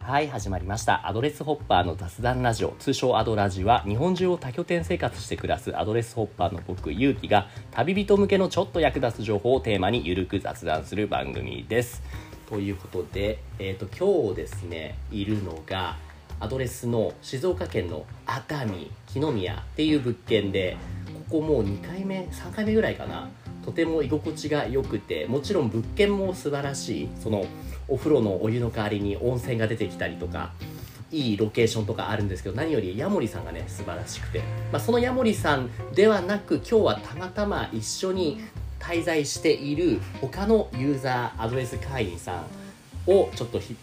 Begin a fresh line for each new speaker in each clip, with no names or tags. はい始まりましたアドレスホッパーの雑談ラジオ通称アドラジは日本中を多拠点生活して暮らすアドレスホッパーの僕ゆうきが旅人向けのちょっと役立つ情報をテーマにゆるく雑談する番組ですということで、えー、と今日ですねいるのがアドレスの静岡県の熱海木宮っていう物件でここもう2回目3回目ぐらいかなとても居心地が良くてもちろん物件も素晴らしいそのお風呂のお湯の代わりに温泉が出てきたりとかいいロケーションとかあるんですけど何よりヤモリさんがね素晴らしくて、まあ、そのヤモリさんではなく今日はたまたま一緒に滞在している他のユーザーアドレス会員さんをちょっとひ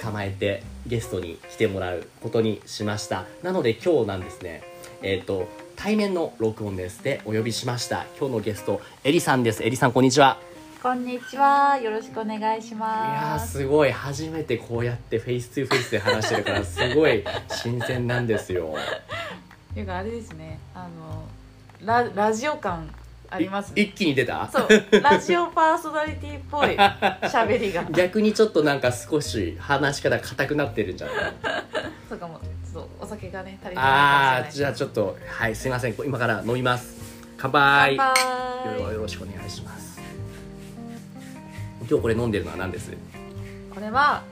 捕まえてゲストに来てもらうことにしましたなので今日なんですねえっ、と対面の録音ですでお呼びしました今日のゲストエリさんですエリさんこんにちは
こんにちは。よろしくお願いし
いや
ま
ー
す。
すごい初めてこうやってフェイス2フェイスで話してるからすごい新鮮なんですよ
っていうかあれですね。あのララジオ感あります
い
ね。
一気に出た
そう、ラジオパーソナリティっ ぽい喋りが。
逆にちょっとなんか少し話し方硬くなってるんじゃない
そうかも。ちょっとお酒がね足りて
あ
な
あ
いかもし
じ
れ
ゃ
な
あ
い。
ちょっとはいすいません今から飲みます乾杯
バイ
よろしくお願いします今日これ飲んでるのは何です
これは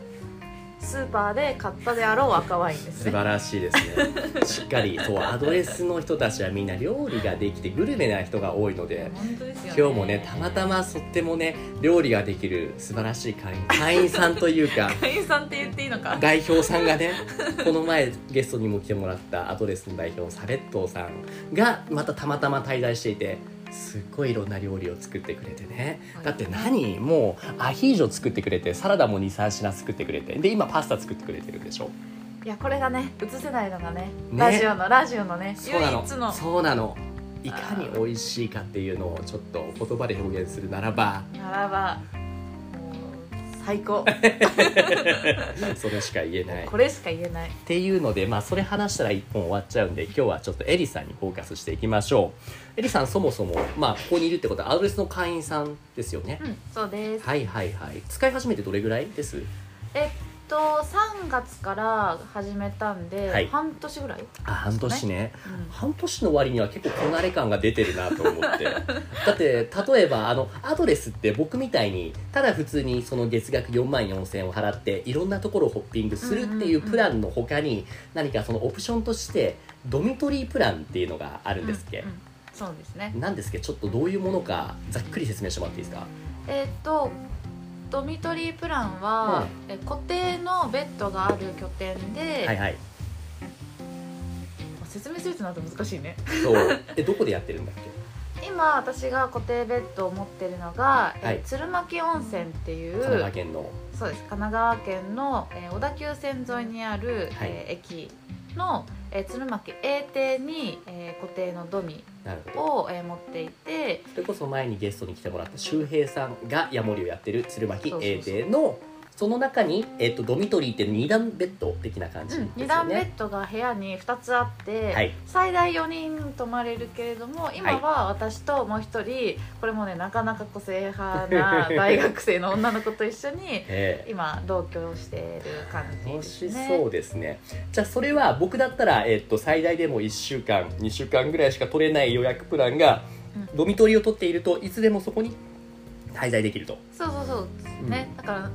スーパーで買ったであろう赤ワインです
素
ね。
晴らしいですねしっかりそうアドレスの人たちはみんな料理ができてグルメな人が多いので
本当ですよね。
今日もねたまたまとってもね料理ができる素晴らしい会員会員さんというか
会員さんって言っていいのか。
代表さんがねこの前ゲストにも来てもらったアドレスの代表サベットさんがまたたまたま滞在していてすっごいいろんな料理を作ってくれてねだって何もうアヒージョ作ってくれてサラダも23品作ってくれてで今パスタ作ってくれてるでしょ
いやこれがね映せないのがね
ね
ラジオのラジオのね
そうな
唯
の
一の
そうなのいかに美味しいかっていうのをちょっと言葉で表現するなら ば
ならばもう最高。
それしか言えない
これしか言えない
っていうので、まあ、それ話したら1本終わっちゃうんで今日はちょっとエリさんにフォーカスしていきましょうエリさんそもそも、まあ、ここにいるってことはアドレスの会員さんですよね、
うんそうです
はいはいはい使い始めてどれぐらいです
えっと3月から始めたんで、
はい
半年ぐらい、
あ半年ね
うん
半年の割には結構こなれ感が出てるなと思 ってだって例えばあのアドレスって僕みたいにただ普通にその月額4万4000円を払っていろんなところをホッピングするっていうプランの他に何かそのオプションとしてドミトリープランっていうのがあるんですっけ、
うんうんそうですね
なんですけどちょっとどういうものかざっくり説明してもらっていいですか
えっとドミトリープランは、え固定のベッドがある拠点で、
はいはい
説明するとなると難しい ね
そうえどこでやってるんだっけ
今私が固定ベッドを持ってるのが、え
はい
鶴巻温泉っていう
神奈川県の
そうです神奈川県の、えー小田急線沿いにある、
はい
えー駅の、えー鶴巻永亭に、えー固定のドミ
なるほど
を、えー持っていて
それこそ前にゲストに来てもらった周平さんがヤモリをやってる鶴巻
そうそうそう
英帝のその中に、えっとドミトリーって2段ベッド的な感じ
う
で
ん
す
二
よ
段ベッ
ね、
ドが部屋に2つあって、
はい
最大4人泊まれるけれども今は私ともう1人これもねなかなか個性派な大学生の女の子と一緒に
ええ
今同居している感じで
楽
す
し
ね。
そうですねじゃあそれは僕だったら、えっと最大でも1週間2週間ぐらいしか取れない予約プランが、
うん
ドミトリーを取っているといつでもそこに滞在できると
そうそうそうね、だから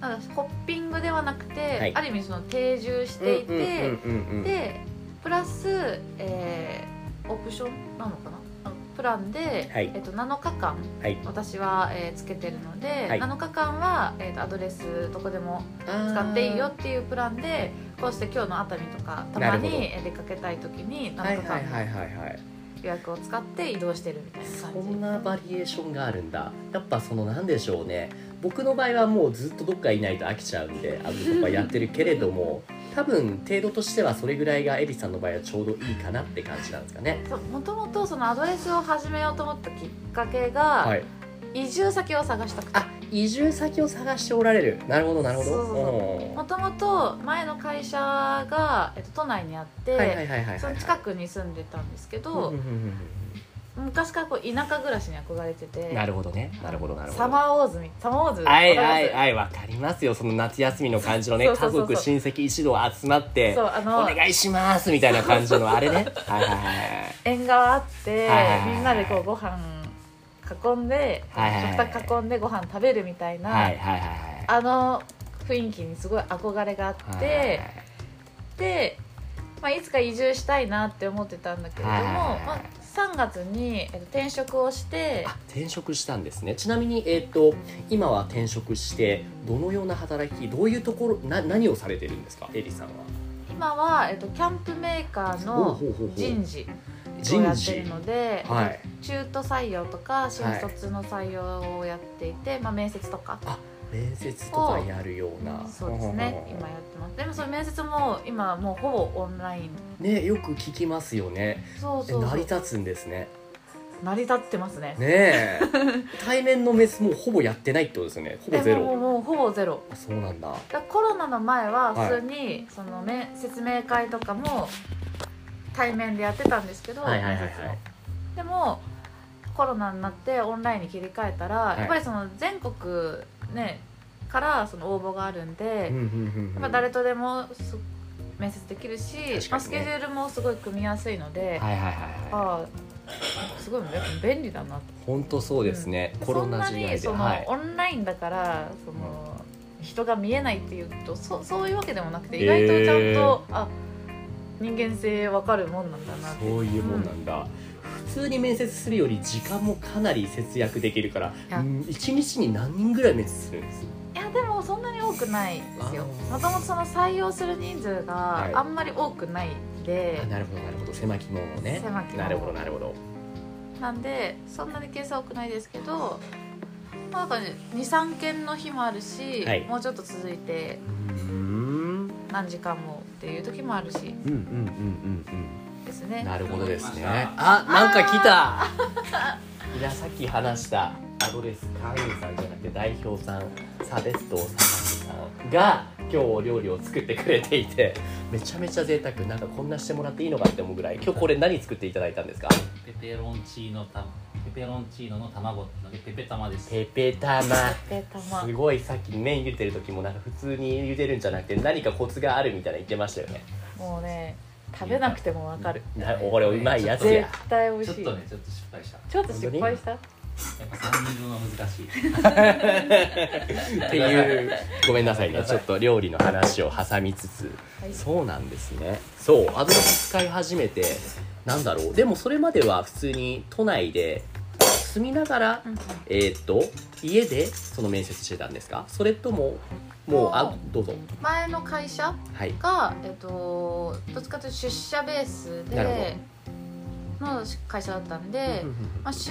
なんかホッピングではなくて、
はい
ある意味その定住していて、
うんうんうんうんうん
でプラス、えーオプションなのかなあのプランで、
はい
えっと7日間
はい
私は、えーつけてるので、
はい
7日間は、えーとアドレスどこでも使っていいよっていうプランでこうして今日の熱海とかたま
なるほど
にえー出かけたい時に
はい
7日
はいは
間
いはいはい
予約を使って移動してるみたいな
そ
感じ
んなバリエーションがあるんだやっぱそのなんでしょうね僕の場合はもうずっとどっかいないと飽きちゃうんであのとかやってるけれど も多分程度としてはそれぐらいがエリさんの場合はちょうどいいかなって感じなんですかね
そうもともとそのアドレスを始めようと思ったきっかけが、
はい
移住先を探したくて
あ移住先を探しておられるなるほどなるほど
そうそうそう
お
もともと前の会社が、えっと、都内にあっ
ーはいはい
て
はいはいはい
その近くに住んでたんですけど、
うんうんうんうん
昔からこう田舎暮らしに憧れてて
なるほどねなるほどなるほど
サマーウォーズみサマーウォーズ
はい
わか
は
り
い
ます
はいわかりますよその夏休みの感じのね
そうそう
家
そうそう
族親戚一同集まって
そうあ
お
の
願いしますみたいな感じのあれねはいはい
縁側あって、
はいはいはい
みんなでこうご飯囲んで、
はいはいはい
食卓囲んでご飯食べるみたいな、
はいはいはいはい
あの雰囲気にすごい憧れがあって、
はいはいはい
で、まあ、いつか移住したいなって思ってたんだけれども、
はいはいはい
まあ、3月に、えっと、転職をして
あ転職したんですねちなみに、えー、と今は転職してどのような働きどういうところな何をされてるんですかエリさんは
今は、えっと、キャンプメーカー
ほう
の
ほうほうほう
人事をや
人
っ
事
てるので、
はい
中途採用とか新卒の採用をやっていて、まあ、面接とか
面接とかやるような
そうですね今やってますでもその面接も今もうほぼオンライン
ねよく聞きますよね
そう
え
そう
成
そ
り
う
立つんですね
成り立ってますね
ねえ対面の面接もうほぼやってないってことですよねほぼゼ
でももう
ロ
もうほぼゼロ
あそうなんだ
だからコロナの前は
はい
普通にそのめ説明会とかも対面でやってたんですけど、
はいはいはいはい
面接もでもコロナになってオンラインに切り替えたら、
い
やっぱりその全国ねからその応募があるんで、
うんうんうんうん
まあ、誰とでもす面接できるし、
ね
まあ、スケジュールもすごい組みやすいので、
はいはいはいはい
ああすごいやっぱ便利だなって
本当そうですね、コロナ時代で
そんなにその、
はい
オンラインだからその人が見えないっていうとそそういうわけでもなくて
へー
意外とちゃんと、あ人間性わかるもんなんだなって
そういうもんなんだ、普通に面接するより時間もかなり節約できるから
いや
うん一日に何人ぐらい面接するんです
いやでもそんなに多くないですよ
あー
もともとその採用する人数が
い
あんまり多くないんで、
あなるほどなるほど狭き門をね
狭き門
なるほどなるほど
なんでそんなに件数多くないですけど、まあ、なんか23件の日もあるし、
はい
もうちょっと続いて
うん
何時間もっていう時もあるし
うんうんうんうん
です
う
ね
んなるほどですねあなんか来たいやさっき話したアドレス会員さんじゃなくて代表さんサベストサさんが今日お料理を作ってくれていてめちゃめちゃ贅沢なんかこんなしてもらっていいのかって思うぐらい今日これ何作っていただいたんですか
ペペロンチーノたペペロンチーノの卵のペペ玉です。
ペペ玉
でたます
ごいさっき麺茹でてる時もなんか普通に茹でるんじゃなくて何かコツがあるみたいな言ってましたよね
もうね食べなくてもわかる
なこれうまいやつ
絶
や
対美味
ちょ
し
っ
い
とね、ちょっと失敗した。
ちょっと失敗した
やっぱ三人分は難しい。
っていうごめんなさいねちょっと料理の話を挟みつつそうなんですねそうアドレス使い始めてなんだろうでもそれまでは普通に都内で住みながら
うん
えーっと家でその面接してたんですかそれとももうあどうぞ
前の会社
はい
が、えっと、どっちかというと出社ベース
なる
での会社だったんで、まあ、週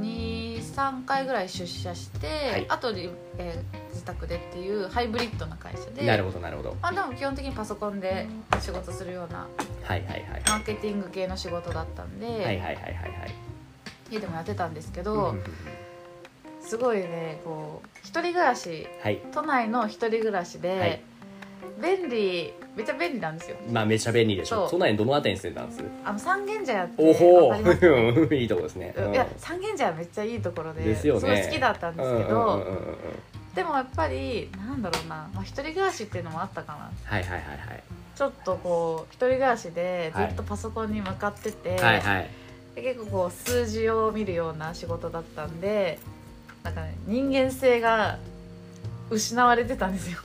23回ぐらい出社して、
はい
あとで、えー自宅でっていうハイブリッドな会社で
なるほどなるほど
まあ、でも基本的にパソコンで仕事するような
はいはいはい
マーケティング系の仕事だったんで、
はいはいはいはいはい
家でもやってたんですけ
うんうん
ど、
うん
すごいねこう一人暮らし
はい
都内の一人暮らしで、
はい
便利めっちゃ便利なんですよ
まあめちゃ便利でしょ
そう
都内どの辺りに住んでたんです
あの三軒茶屋って
おほ
わかります
ー いいとこですね
いや三軒茶屋めっちゃいいところで
ですよね
ごい好きだったん
う
で
ん
すけど、
うんうんうんうんうん
でもやっぱりなんだろうな、まあ、一人暮らしっていうのもあったかな
はいはいはいはい
ちょっとこう一人暮らしでず
はい
っとパソコンに向かってて、
はいはい
で結構こう数字を見るような仕事だったんでなんか、ね、人間性が失われてたんですよ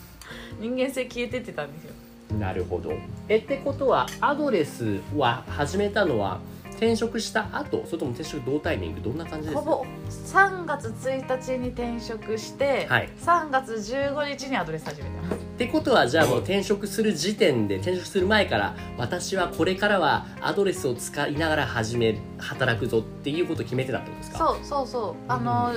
人間性消えてってたんですよ
なるほどえってことはアドレスは始めたのは転職した後それとも転職同タイミングどんな感じです
ほ
か
ぼ3月1日に転職して、
はい
3月15日にアドレス始めた
ってことはじゃあもう転職する時点で転職する前から私はこれからはアドレスを使いながら始め働くぞっていうことを決めてたってことですか
そうそうそうあの、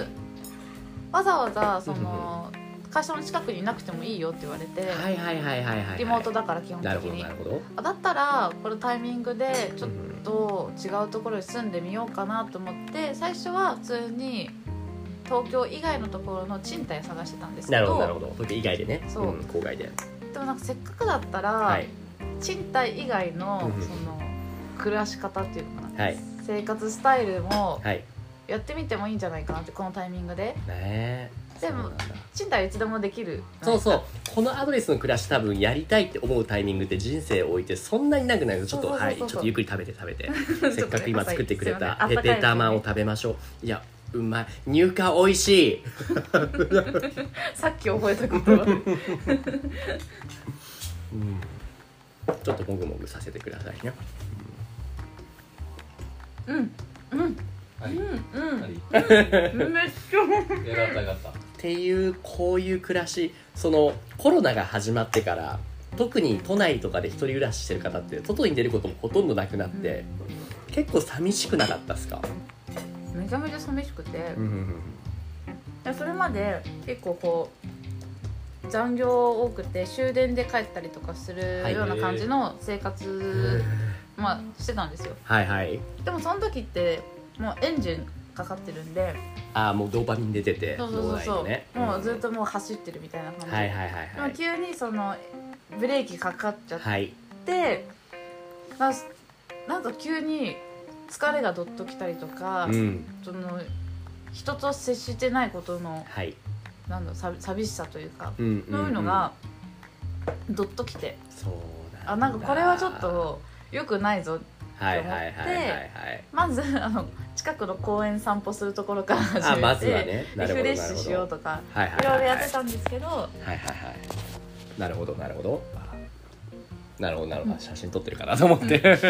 わざわざその会社の近くにいなくてもいいよって言われて、
はいはいはいはいはいはい
リモートだから基本的
なるほど
に
なるほど
あだったらこのタイミングでちょっ
うんうん
と違うところに住んでみようかなと思って最初は普通に東京以外のところの賃貸を探してたんですけ
なるほ
ど
どなるほど東京以外でね
そうん
郊外で
でもなんかせっかくだったら、
はい
賃貸以外の
うんうん
その暮らし方っていうのかな、
はい
生活スタイルも
はいね
やってみてもいいんじゃないかなってこのタイミングで
え
でも
そうなんだ
賃貸はいつでもできる
そうそうこのアドレスの暮らし多分やりたいって思うタイミングで人生を置いてそんなになくないのでちょっと
そうそ
は
うそう
い
そう
ちょっとゆっくり食べて食べ て
ちょっとね
せっかく今作ってくれ
すいま
た
せん
ペペタマを
温かい
食べましょういやうまい乳化おいしい
さっき覚えたこと は
うんちょっともぐもぐさせてくださいね
うんうん
は
う
い
ん
は
う
い
んめっちゃ美味しい
よかったよかった
っていうこういう暮らしそのコロナが始まってから特に都内とかで一人暮らししてる方って外に出ることもほとんどなくなって結構寂しくなかったですか、
めちゃめちゃ寂しくて、
うんうん
でそれまで結構こう残業多くて終電で帰ったりとかす
は
る
い
ような感じの生
うん
活、まあしてたんですよ
はいはい
でもその時ってもうエンジンかかってるんで
ああもうドーパミン出てて
そうそうそう
脳
そ
内
う、
でね
もうずっともう走ってるみたいな感じ、
はいはいはいはい
でも急にそのブレーキかかっちゃっ
はい
て、ななんか急に疲れがどっときたりとか、
うん
その人と接してないことの
はい
なんださ寂しさというか、
うんんん
そういうのがドッときて、
そうなんだ
あなんかこれはちょっと良くないぞ
はいはいはいはいはい
まずあの近くの公園散歩するところから始めて
あまずはねな
リ
るほ
フ
ど
レ
な
ッ
る
シュ
ほ
しよう
ど
とか
はいはい
いろい
は
ろ
い
や
は
っ
い
てたんですけど
はいはいはいなるほどなるほどなるほどなるほど写真撮ってるかなと思って失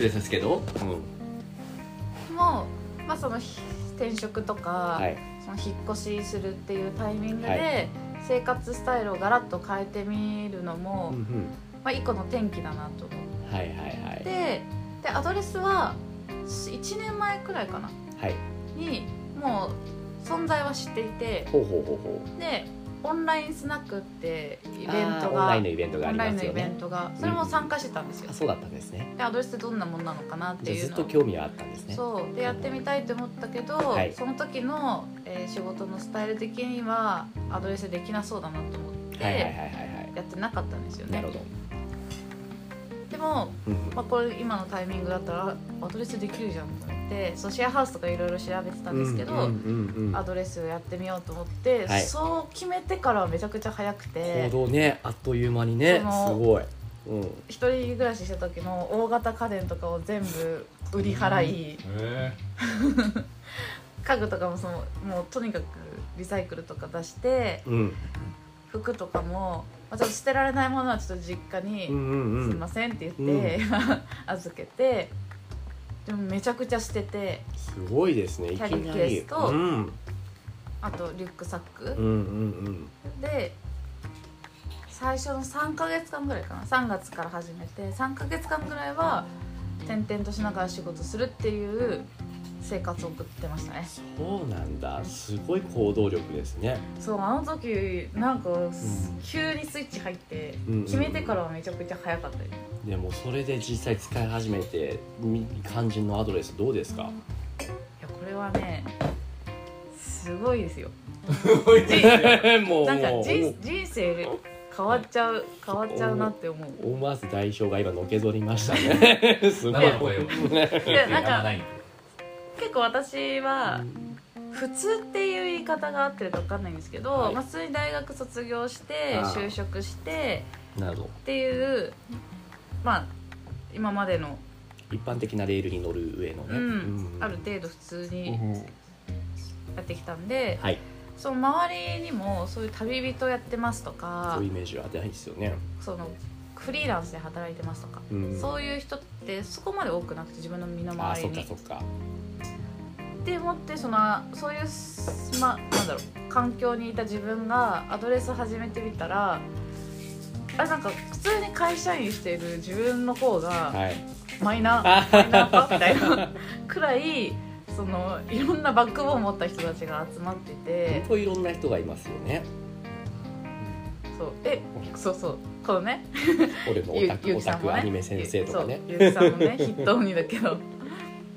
礼ですけど、うん、
もう、まあ、そのひ転職とか、
はい
その引っ越しするっていうタイミングで、
はい
生活スタイルをガラッと変えてみるのも、
うんうん
まあ、一個の転機だなと思っ
はいはいはい
てでアドレスは1年前くらいかな
はい
にもう存在は知っていて
ほうほうほうほう
でオンラインスナックってイベン
あ
ト
ーオン
が
ラインのイベントがあ
オン
り
ライ
ま
ンの
す
イ
よ
ベン
ね
トがそれも参加してたんですよ
あ、そうだったんですね
でアドレスってどんなもんなのかなって
じゃあ
い
ず
う
っ
の
と興味はあったんですね
そうでやってみたいと思ったけど、
はい
その時の、えー仕事のスタイル的にはアドレスできなそうだなと思って、
はいはいはいはいは
やってなかったんですよ
いな
ね
るほど、
でも、
うんうん
まあ、これ今のタイミングだったらあアドレスできるじゃんと思ってそうシェアハウスとかいろいろ調べてたんですけど、
うんうんうんうん
アドレスをやってみようと思って、
はい
そう決めてからはめちゃくちゃ早く
行
て
動ねあっという間にね
そ
す
の
ごい、うん、
一人暮らしした時の大型家電とかを全部売り払い、
え
家具とかもそのもうとにかくリサイクルとか出して
うん
服とかも、まあ、ちょっと捨てられないものはちょっと実家に
うんうん
「す
う
い
ん
ません」って言って、 預けてでもめちゃくちゃ捨てて
すごいですねいき
キ
な
ャ
り
リーケースと
うん
あとリュックサック、
うんうん
で最初の3ヶ月間ぐらいかな3月から始めて3ヶ月間ぐらいは転々としながら仕事するっていう生活を送ってましたね
そうなんだすごい行動力ですね
そうあの時なんかす急にスイッチ入って
うんうんうん
決めてからはめちゃくちゃ早かったです
でもそれで実際使い始めてみ肝心のアドレスどうですか
いやこれはねすごいですよ
え もう
なんか
もう
人人生で変わっちゃう変わっちゃうなって思う
思わず代表が今のけぞりましたねすごい
生の声を
いやなん
あんま
か
ないんで
結構私は普通っていう言い方が合ってるか分かんないんですけど、
はい
まあ、普通に大学卒業して
あー
就職して
なるほど
っていうまあ今までの、
一般的なレールに乗る上のね、
うん
うん
ある程度普通
う
に
ん
やってきたんで、
はい
その周りにもそういう旅人やってますとか
そういうイメージは当てないですよね、
そのフリーランスで働いてますとか、
うん
そういう人ってそこまで多くなくて自分の身の
ああ
回
そ
り
っ
に
か。そっか
って思ってそのそういうす、ま、なんだろう環境にいた自分がアドレス始めてみたらあなんか普通に会社員している自分の方が
はい
マイナー
あ
マイナーかみたいなくらいそのいろんなバックボーンを持った人たちが集まって
本
て
当いろんな人がいますよね
そうえそうそうこのね
俺のオ
ゆ
タク,、
ゆ
オ
き
タ
さんも
ク
ね
アニメ先生とかね
ゆそうゆきさんもね 筆頭にだけど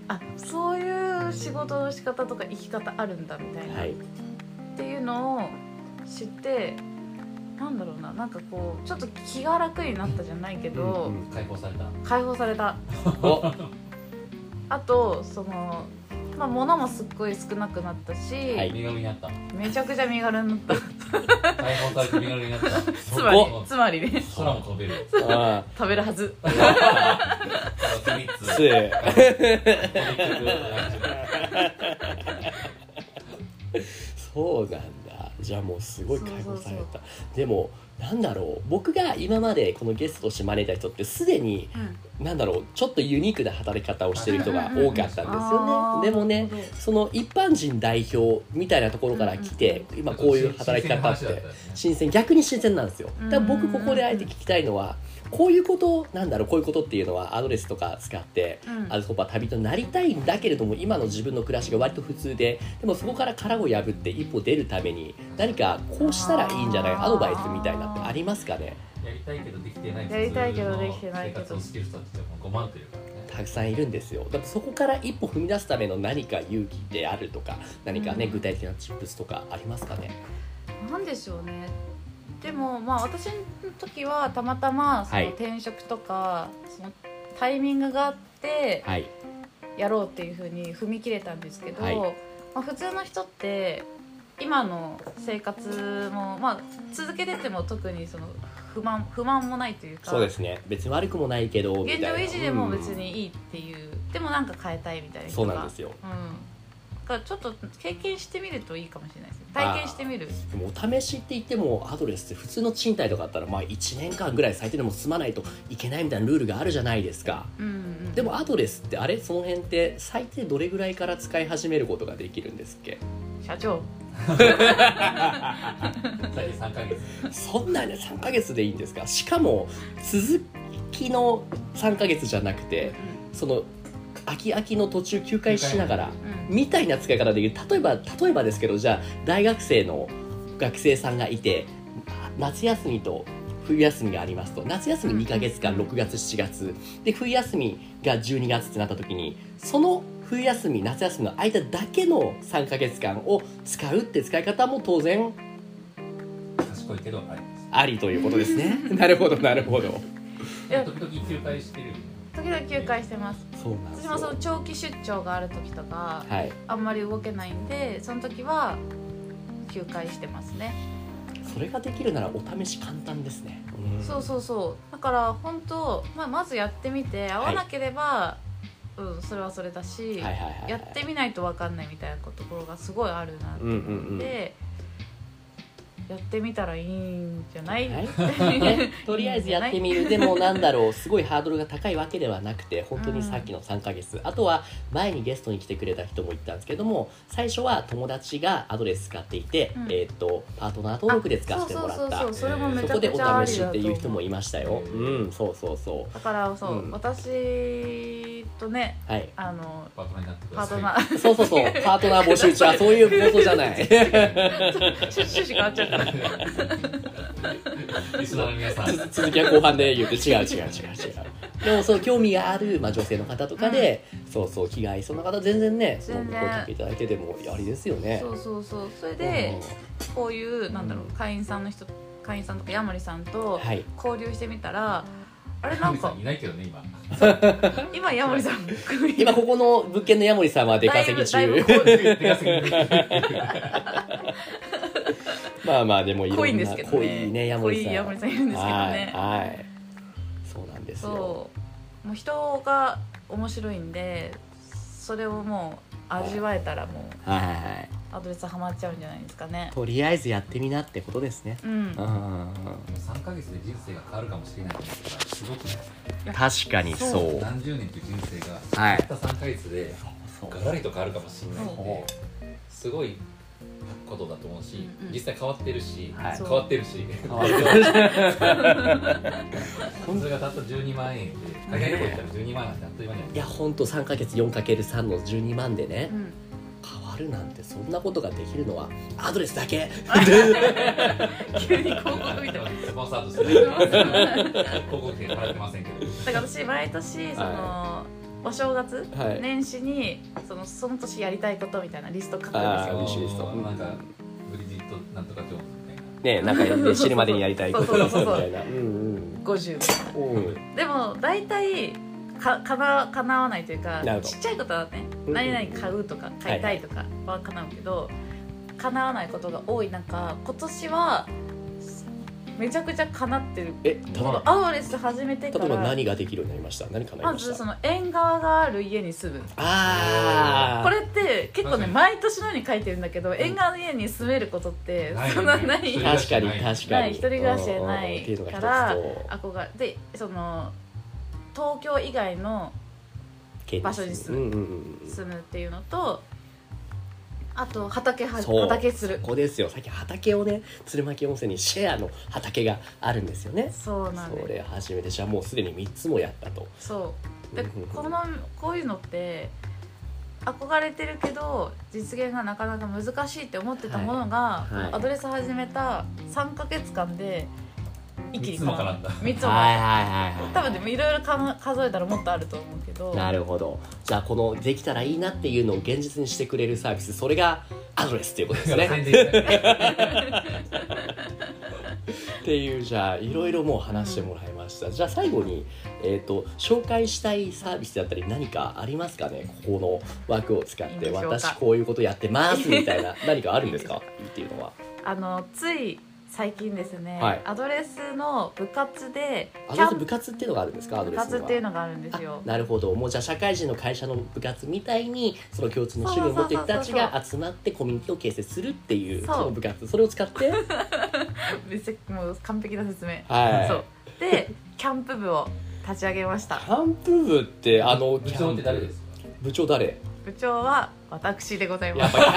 あそういう仕事の仕方とか生き方あるんだみたいな。
はい
っていうのを知ってなんだろうななんかこうちょっと気が楽になったじゃないけど、
うんうん
解放された
解放された
お
あとその、まあ、物もすっごい少なくなったし、
はい
身軽になった
めちゃくちゃ身軽になっ
解放されて身軽になった
た
そ
つ
こ
まりつまりね
空も飛べる
うん
食べるはず
飛びつ
つえ
飛びつ
そうなんだじゃあもうすごい解放されたでもなんだろう僕が今までこのゲストとして招いた人ってすでになんだろうちょっとユニークな働き方をしてる人が多かったんです
あ
よ
ー
ねでもねその一般人代表みたいなところから来て今こういう働き方って新鮮逆に新鮮なんですよだから僕ここであえて聞きたいのはこういうことなんだろうこういうことっていうのはアドレスとか使って
うん
あのそこは旅人になりたいんだけれども今の自分の暮らしが割と普通ででもそこから殻を破って一歩出るために何かこうしたらいいんじゃない
あー
アドバイスみたいなってありますかね
やりたいけどできてない
やりたいけどできてないけど
普通の生活をしてる人たちってもう5万というからね
たくさんいるんですよだってそこから一歩踏み出すための何か勇気であるとか何かね
うん
具体的なチップスとかありますかね
なんでしょうねでもまあ私の時はたまたまそ
は
の
い
転職とか、そのタイミングがあって
はい
やろうっていうふうに踏み切れたんですけど、
はい
まあ、普通の人って今の生活も、まあ、続けてても特にその不満不満もないというか
そうですね別に悪くもないけどみた
現
いな
状維持でも別にいいっていう、でもなんか変えたいみたい
うん
な
そ
人
う
が
なんですよ
うんだからちょっと経験してみるといいかもしれないですね体験してみる
でもお試しって言ってもアドレスって普通の賃貸とかだったらまあ1年間ぐらい最低でも住まないといけないみたいなルールがあるじゃないですか
うんうん
でもアドレスってあれその辺って最低どれぐらいから使い始めることができるんですっけ
社長
最近3ヶ月
そんなね3ヶ月でいいんですかしかも続きの3ヶ月じゃなくてその秋秋の途中休会しながら
うん
みたいな使い方できる例えば例えばですけどじゃあ大学生の学生さんがいて夏休みと冬休みがありますと夏休み2ヶ月間
うん
6月7月で冬休みが12月ってなった時にその冬休み夏休みの間だけの3ヶ月間を使うって使い方も当然
賢いけどあれです
ありということですねなるほどなるほど
いや
時々休会してるよね
時々休会してます
そうなんです
私もその
よ
長期出張がある時とか
はい
あんまり動けないんでその時は休会してますね
それができるならお試し簡単ですね、うん
そうそうそうだから本当まあまずやってみて合わなければ、うんそれはそれだし、
はいはいはいはい
やってみないと分かんないみたいなところがすごいあるなって
うんうんうん
でやってみたらいいんじゃない、
はい
うん
とりあえずやってみるでもなんだろうすごいハードルが高いわけではなくて本当にさっきの3ヶ月、あとは前にゲストに来てくれた人も言ったんですけども最初は友達がアドレス使っていて、
うん
えーっとパートナー登録で使ってもらった
そうそうそうそうそれもめち
そ
ゃ
こで
くちゃあ
お試
り
し
だ
っ
と
ていう人
思
も
う
いましたようんそうそうそ
だからそう、
うん
私とね
うはい
あの
パートナーになってく
パー
ださ
ト
い
ナ
ー
ー
そうそうそうパートナー募集中あそういうことじゃない
趣趣旨変わっちゃった
リスナーの皆さん
つ続きは後半で言うと違う違う違う違うでもそう興味がある、まあ、女性の方とかで、そうそう気が合いそうな方全然ねその
全然
声かけいただけでもありですよね
そうそうそうそれでこういうなんだろう会員さんの人会員さんとかヤモリさん
うん
と
はい
交流してみたらあれなんか
いないけどね今
今ヤモリさん
今ここの物件のヤモリさんは出稼ぎ
だいぶだ
中
いぶこう
でかすぎる
まあまあでもいろんな
濃いんですけどね
濃いねヤモリさん
濃いヤモリさんいるんですけどね
はい、はい、そうなんですよ
そうもう人が面白いんでそれをもう味わえたらもう
はいはいはい
アドレスハマっちゃうんじゃないですかね
とりあえずやってみなってことですね
うん
うん
3ヶ月で人生が変わるかもしれないですからすごくね
確かにそう
そ
何十年という人生が
はい
たった3ヶ月で
そう
ガラリと変わるかもしれないん
そ
で、すごいことだと思うし、
うんうん
実際変わってるし、
はい
変わってる し、
変わってる
それがたった12万円で、海外旅行行ったら12万円なんてあっという間に
いやほんと3ヶ月 4×3 の12万でね、
うん
変わるなんてそんなことができるのはアドレスだ け
急に広告みたいな
スポンサーとして、広告費払ってませんけど、
だから私毎年その、お正月、
はい
年始にそのその年やりたいことみたいなリスト書くん
あー
で
嬉しいです
あのなんか、ブリジットなんとかジョーンズみたいな。
ねえなんかね死ぬ までにやりたいこと
そう
み
そうそうそう
たいなうん
すよ50
うんうん
でも大体かかなかなわないという
な
か
るほど
ちっちゃいことはね
うん
何々買うとか買いたいとかはかなうけど、かなわないことが多い中今年はめちゃくちゃかなってる
え例え
この
ば
アドレス始めて
例
か
えば
ら
何ができるようになりました何かなり
ま
まし
ず
た
その縁側がある家に住む
あー
これって結構
確か
ね
に
毎年のように書いてるんだけど縁側の家に住めることって
ないよね
そんなない
そ
確
う
かに確かに、
ない一人暮らしじゃない
うんうんっていうのが一つ
から
と
憧れでその東京以外の場所に住む
うんうんうん
住むっていうのとあと畑は
そう
畑する
ここですよさっき畑をね鶴巻温泉にシェアの畑があるんですよね
そうなん
そ
で
れ初めてじゃあもうすでに3つもやったと
すそうで
うんうんうん
このこういうのって憧れてるけど実現がなかなか難しいって思ってたものが、
いはい
アドレス始めた3か月間で一気に
つも絡んだ
3
はい
つも絡んだ
はいはいはい
多分でもいろいろかな数えたらもっとあると思うけど
なるほどじゃあこのできたらいいなっていうのを現実にしてくれるサービスそれがアドレスっていうことですね
全然いない
っていうじゃあいろいろもう話してもらいました、じゃあ最後に、えー、と紹介したいサービスだったり何かありますかねここの枠を使っ
いいん
て
でしょうか
私こういうことやってますみたい な何かあるんですかっていうのは
あのつい最近ですね、
はい
アドレスの部活で
アドレス部活っていうのがあるんですかアドレ
部
ス
活
に
っていう
は
のがあるんです
あ
よ
なるほどもうじゃあ社会人の会社の部活みたいにその共通の趣味を持っている人たちが集まってコミュニティを形成するっていう
そ
そうの部活それを使って
めっちゃもう完璧な説明、
はい
そうでキャンプ部を立ち上げました
キャンプ部ってあの
部長って誰ですか
部長誰
部長は私でござい
や
ま
っ
す
ぱキャンプ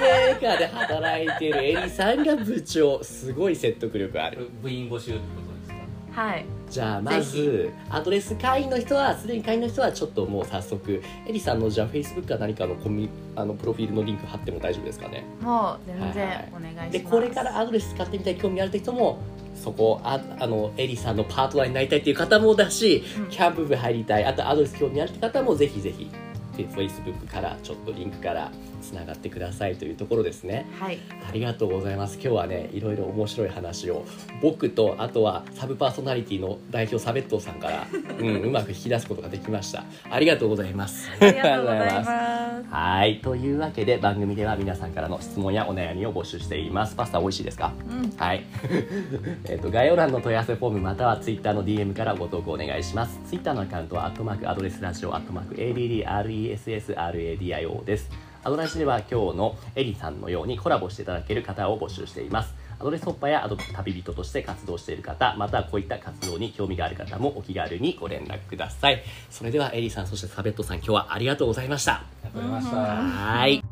メーカーで働いてるエリさんが部長すごい説得力ある
部員募集ってことですか
はい
じゃあまずアドレス会員の人はすでに会員の人はちょっともう早速エリさんのじゃあ Facebook か何かのコミあのプロフィールのリンク貼っても大丈夫ですかね
もう全
はいはい
然お願いします、
でこれからアドレス使ってみたい興味あるって人もそこああのエリさんのパートナーになりたいっていう方もだし
うん
キャンプ部入りたいあとアドレス興味あるって方もぜひぜひで Facebook からちょっとリンクからつながってくださいというところですね
はい
ありがとうございます今日はねいろいろ面白い話を僕とあとはサブパーソナリティの代表サベットさんから、うん、うまく引き出すことができましたありがとうございます
ありがとうございます
はいというわけで番組では皆さんからの質問やお悩みを募集していますパスタ美味しいですか
うん
はい。 えっと、概要欄の問い合わせフォームまたはツイッターの DM からご投稿お願いします。ツイッターのアカウントは、アットマークアドレスラジオ、アットマーク ADDRESSRADIO です。アドラジでは今日のエリさんのようにコラボしていただける方を募集しています。アドレスホッパーやアド旅人として活動している方、またはこういった活動に興味がある方もお気軽にご連絡ください。それではエリさん、そしてサベットさん、今日はありがとうございました。
わかりました、
はい。